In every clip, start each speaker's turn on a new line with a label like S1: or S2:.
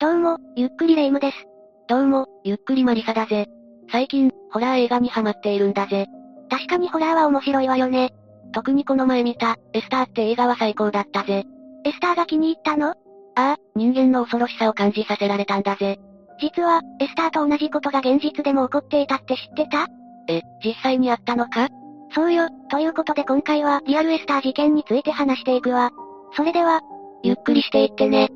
S1: どうも、ゆっくりレ夢ムです。どうも、ゆっくりマリサだぜ。最近、ホラー映画にハマっているんだぜ。確かにホラーは面白いわよね。特にこの前見た、エスターって映画は最高だったぜ。エスターが気に入ったのああ、人間の恐ろしさを感じさせられたんだぜ。実は、エスターと同じことが現実でも起こっていたって知ってたえ、実際にあったのかそうよ、ということで今回はリアルエスター事件について話していくわ。それでは、ゆっくりしていってね。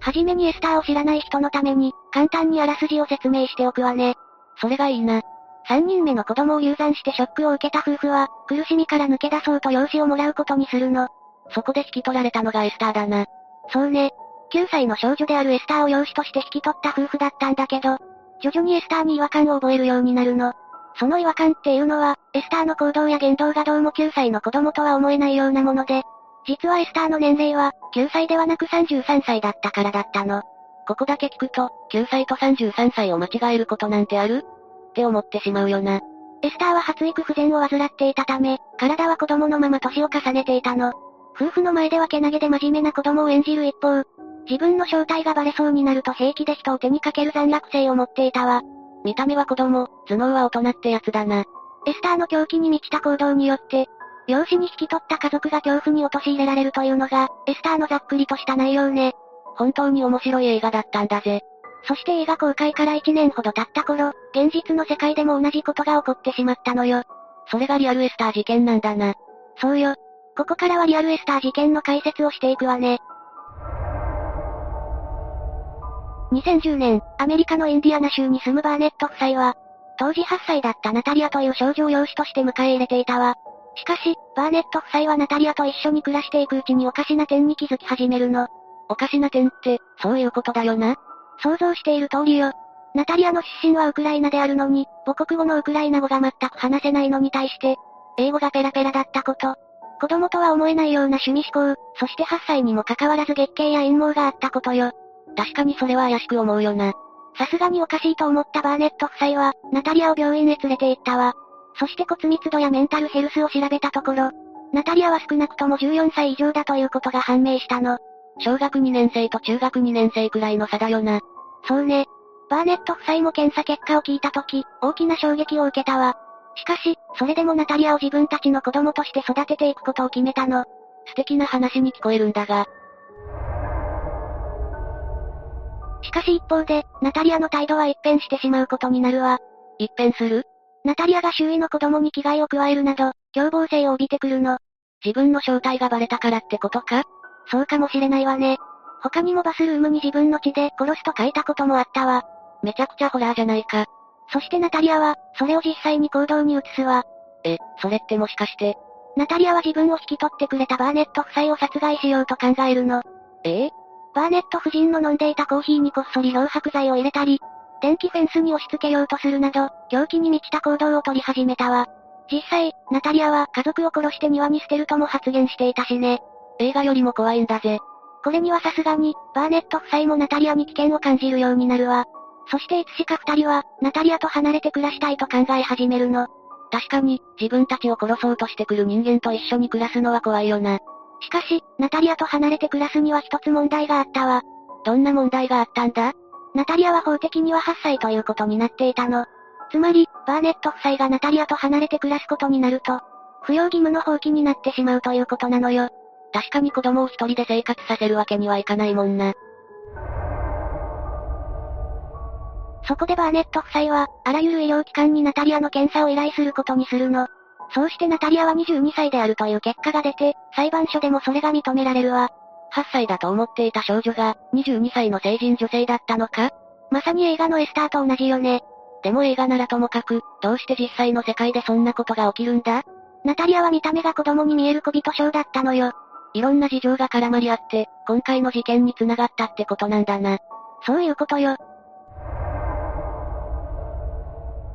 S1: はじめにエスターを知らない人のために、簡単にあらすじを説明しておくわね。それがいいな。3人目の子供を流産してショックを受けた夫婦は、苦しみから抜け出そうと養子をもらうことにするの。そこで引き取られたのがエスターだな。そうね。9歳の少女であるエスターを養子として引き取った夫婦だったんだけど、徐々にエスターに違和感を覚えるようになるの。その違和感っていうのは、エスターの行動や言動がどうも9歳の子供とは思えないようなもので、実はエスターの年齢は、9歳ではなく33歳だったからだったの。ここだけ聞くと、9歳と33歳を間違えることなんてあるって思ってしまうよな。エスターは発育不全を患っていたため、体は子供のまま年を重ねていたの。夫婦の前ではけなげで真面目な子供を演じる一方、自分の正体がバレそうになると平気で人を手にかける残虐性を持っていたわ。見た目は子供、頭脳は大人ってやつだな。エスターの狂気に満ちた行動によって、養子に引き取った家族が恐怖に陥れられるというのが、エスターのざっくりとした内容ね。本当に面白い映画だったんだぜ。そして映画公開から1年ほど経った頃、現実の世界でも同じことが起こってしまったのよ。それがリアルエスター事件なんだな。そうよ。ここからはリアルエスター事件の解説をしていくわね。2010年、アメリカのインディアナ州に住むバーネット夫妻は、当時8歳だったナタリアという少女を養子として迎え入れていたわ。しかし、バーネット夫妻はナタリアと一緒に暮らしていくうちにおかしな点に気づき始めるの。おかしな点って、そういうことだよな。想像している通りよ。ナタリアの出身はウクライナであるのに、母国語のウクライナ語が全く話せないのに対して、英語がペラペラだったこと。子供とは思えないような趣味思考、そして8歳にもかかわらず月経や陰謀があったことよ。確かにそれは怪しく思うよな。さすがにおかしいと思ったバーネット夫妻は、ナタリアを病院へ連れて行ったわ。そして骨密度やメンタルヘルスを調べたところ、ナタリアは少なくとも14歳以上だということが判明したの。小学2年生と中学2年生くらいの差だよな。そうね。バーネット夫妻も検査結果を聞いたとき、大きな衝撃を受けたわ。しかし、それでもナタリアを自分たちの子供として育てていくことを決めたの。素敵な話に聞こえるんだが。しかし一方で、ナタリアの態度は一変してしまうことになるわ。一変するナタリアが周囲の子供に危害を加えるなど、凶暴性を帯びてくるの。自分の正体がバレたからってことかそうかもしれないわね。他にもバスルームに自分の血で殺すと書いたこともあったわ。めちゃくちゃホラーじゃないか。そしてナタリアは、それを実際に行動に移すわ。え、それってもしかして。ナタリアは自分を引き取ってくれたバーネット夫妻を殺害しようと考えるの。ええバーネット夫人の飲んでいたコーヒーにこっそり漂白剤を入れたり、電気フェンスに押し付けようとするなど、狂気に満ちた行動を取り始めたわ。実際、ナタリアは家族を殺して庭に捨てるとも発言していたしね。映画よりも怖いんだぜ。これにはさすがに、バーネット夫妻もナタリアに危険を感じるようになるわ。そしていつしか二人は、ナタリアと離れて暮らしたいと考え始めるの。確かに、自分たちを殺そうとしてくる人間と一緒に暮らすのは怖いよな。しかし、ナタリアと離れて暮らすには一つ問題があったわ。どんな問題があったんだナタリアは法的には8歳ということになっていたの。つまり、バーネット夫妻がナタリアと離れて暮らすことになると、扶養義務の放棄になってしまうということなのよ。確かに子供を一人で生活させるわけにはいかないもんな。そこでバーネット夫妻は、あらゆる医療機関にナタリアの検査を依頼することにするの。そうしてナタリアは22歳であるという結果が出て、裁判所でもそれが認められるわ。8歳だと思っていた少女が、22歳の成人女性だったのかまさに映画のエスターと同じよね。でも映画ならともかく、どうして実際の世界でそんなことが起きるんだナタリアは見た目が子供に見える小人症だったのよ。いろんな事情が絡まり合って、今回の事件に繋がったってことなんだな。そういうことよ。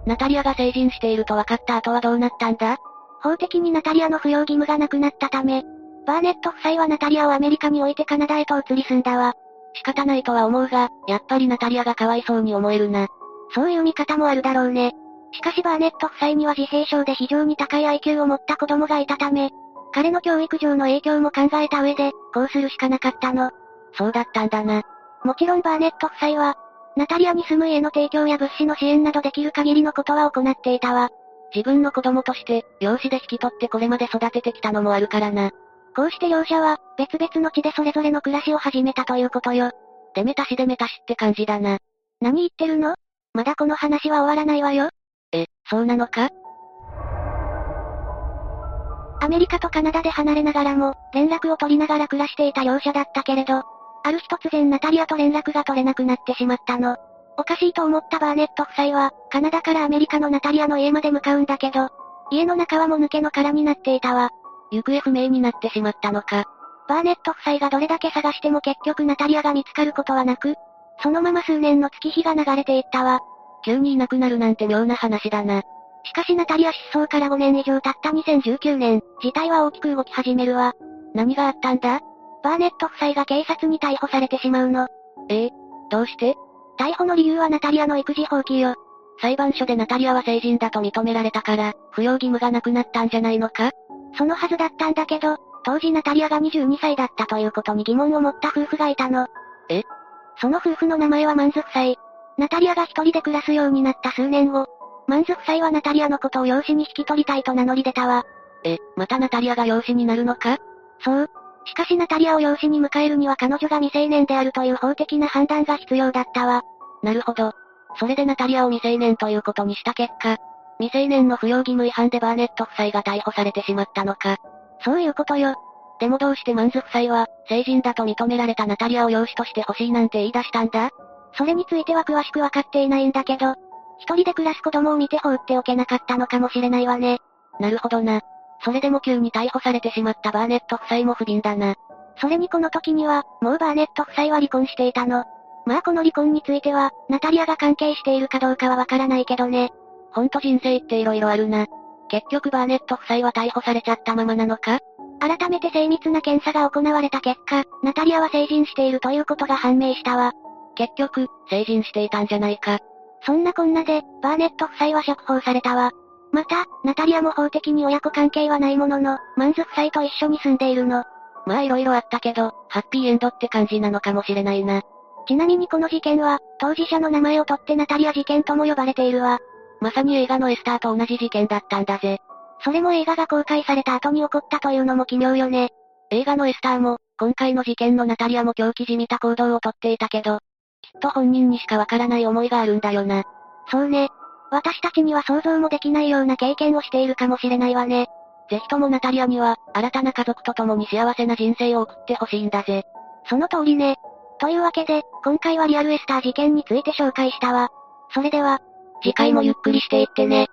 S1: ナタリアが成人していると分かった後はどうなったんだ法的にナタリアの扶養義務がなくなったため、バーネット夫妻はナタリアをアメリカに置いてカナダへと移り住んだわ。仕方ないとは思うが、やっぱりナタリアがかわいそうに思えるな。そういう見方もあるだろうね。しかしバーネット夫妻には自閉症で非常に高い IQ を持った子供がいたため、彼の教育上の影響も考えた上で、こうするしかなかったの。そうだったんだな。もちろんバーネット夫妻は、ナタリアに住む家の提供や物資の支援などできる限りのことは行っていたわ。自分の子供として、養子で引き取ってこれまで育ててきたのもあるからな。こうして両者は、別々の地でそれぞれの暮らしを始めたということよ。でめたしでめたしって感じだな。何言ってるのまだこの話は終わらないわよ。え、そうなのかアメリカとカナダで離れながらも、連絡を取りながら暮らしていた両者だったけれど、ある日突然ナタリアと連絡が取れなくなってしまったの。おかしいと思ったバーネット夫妻は、カナダからアメリカのナタリアの家まで向かうんだけど、家の中はもぬけの殻になっていたわ。行方不明になってしまったのか。バーネット夫妻がどれだけ探しても結局ナタリアが見つかることはなく、そのまま数年の月日が流れていったわ。急にいなくなるなんて妙な話だな。しかしナタリア失踪から5年以上経った2019年、事態は大きく動き始めるわ。何があったんだバーネット夫妻が警察に逮捕されてしまうの。ええ、どうして逮捕の理由はナタリアの育児放棄よ。裁判所でナタリアは成人だと認められたから、扶養義務がなくなったんじゃないのかそのはずだったんだけど、当時ナタリアが22歳だったということに疑問を持った夫婦がいたの。えその夫婦の名前はマンズ夫妻。ナタリアが一人で暮らすようになった数年後、マンズ夫妻はナタリアのことを養子に引き取りたいと名乗り出たわ。え、またナタリアが養子になるのかそう。しかしナタリアを養子に迎えるには彼女が未成年であるという法的な判断が必要だったわ。なるほど。それでナタリアを未成年ということにした結果、未成年の扶養義務違反でバーネット夫妻が逮捕されてしまったのか。そういうことよ。でもどうしてマンズ夫妻は、成人だと認められたナタリアを養子として欲しいなんて言い出したんだそれについては詳しくわかっていないんだけど、一人で暮らす子供を見て放っておけなかったのかもしれないわね。なるほどな。それでも急に逮捕されてしまったバーネット夫妻も不憫だな。それにこの時には、もうバーネット夫妻は離婚していたの。まあこの離婚については、ナタリアが関係しているかどうかはわからないけどね。ほんと人生って色々あるな。結局バーネット夫妻は逮捕されちゃったままなのか改めて精密な検査が行われた結果、ナタリアは成人しているということが判明したわ。結局、成人していたんじゃないか。そんなこんなで、バーネット夫妻は釈放されたわ。また、ナタリアも法的に親子関係はないものの、マンズ夫妻と一緒に住んでいるの。まあ色々あったけど、ハッピーエンドって感じなのかもしれないな。ちなみにこの事件は、当事者の名前を取ってナタリア事件とも呼ばれているわ。まさに映画のエスターと同じ事件だったんだぜ。それも映画が公開された後に起こったというのも奇妙よね。映画のエスターも、今回の事件のナタリアも狂気じみた行動をとっていたけど、きっと本人にしかわからない思いがあるんだよな。そうね。私たちには想像もできないような経験をしているかもしれないわね。ぜひともナタリアには、新たな家族と共に幸せな人生を送ってほしいんだぜ。その通りね。というわけで、今回はリアルエスター事件について紹介したわ。それでは、次回もゆっくりしていってね。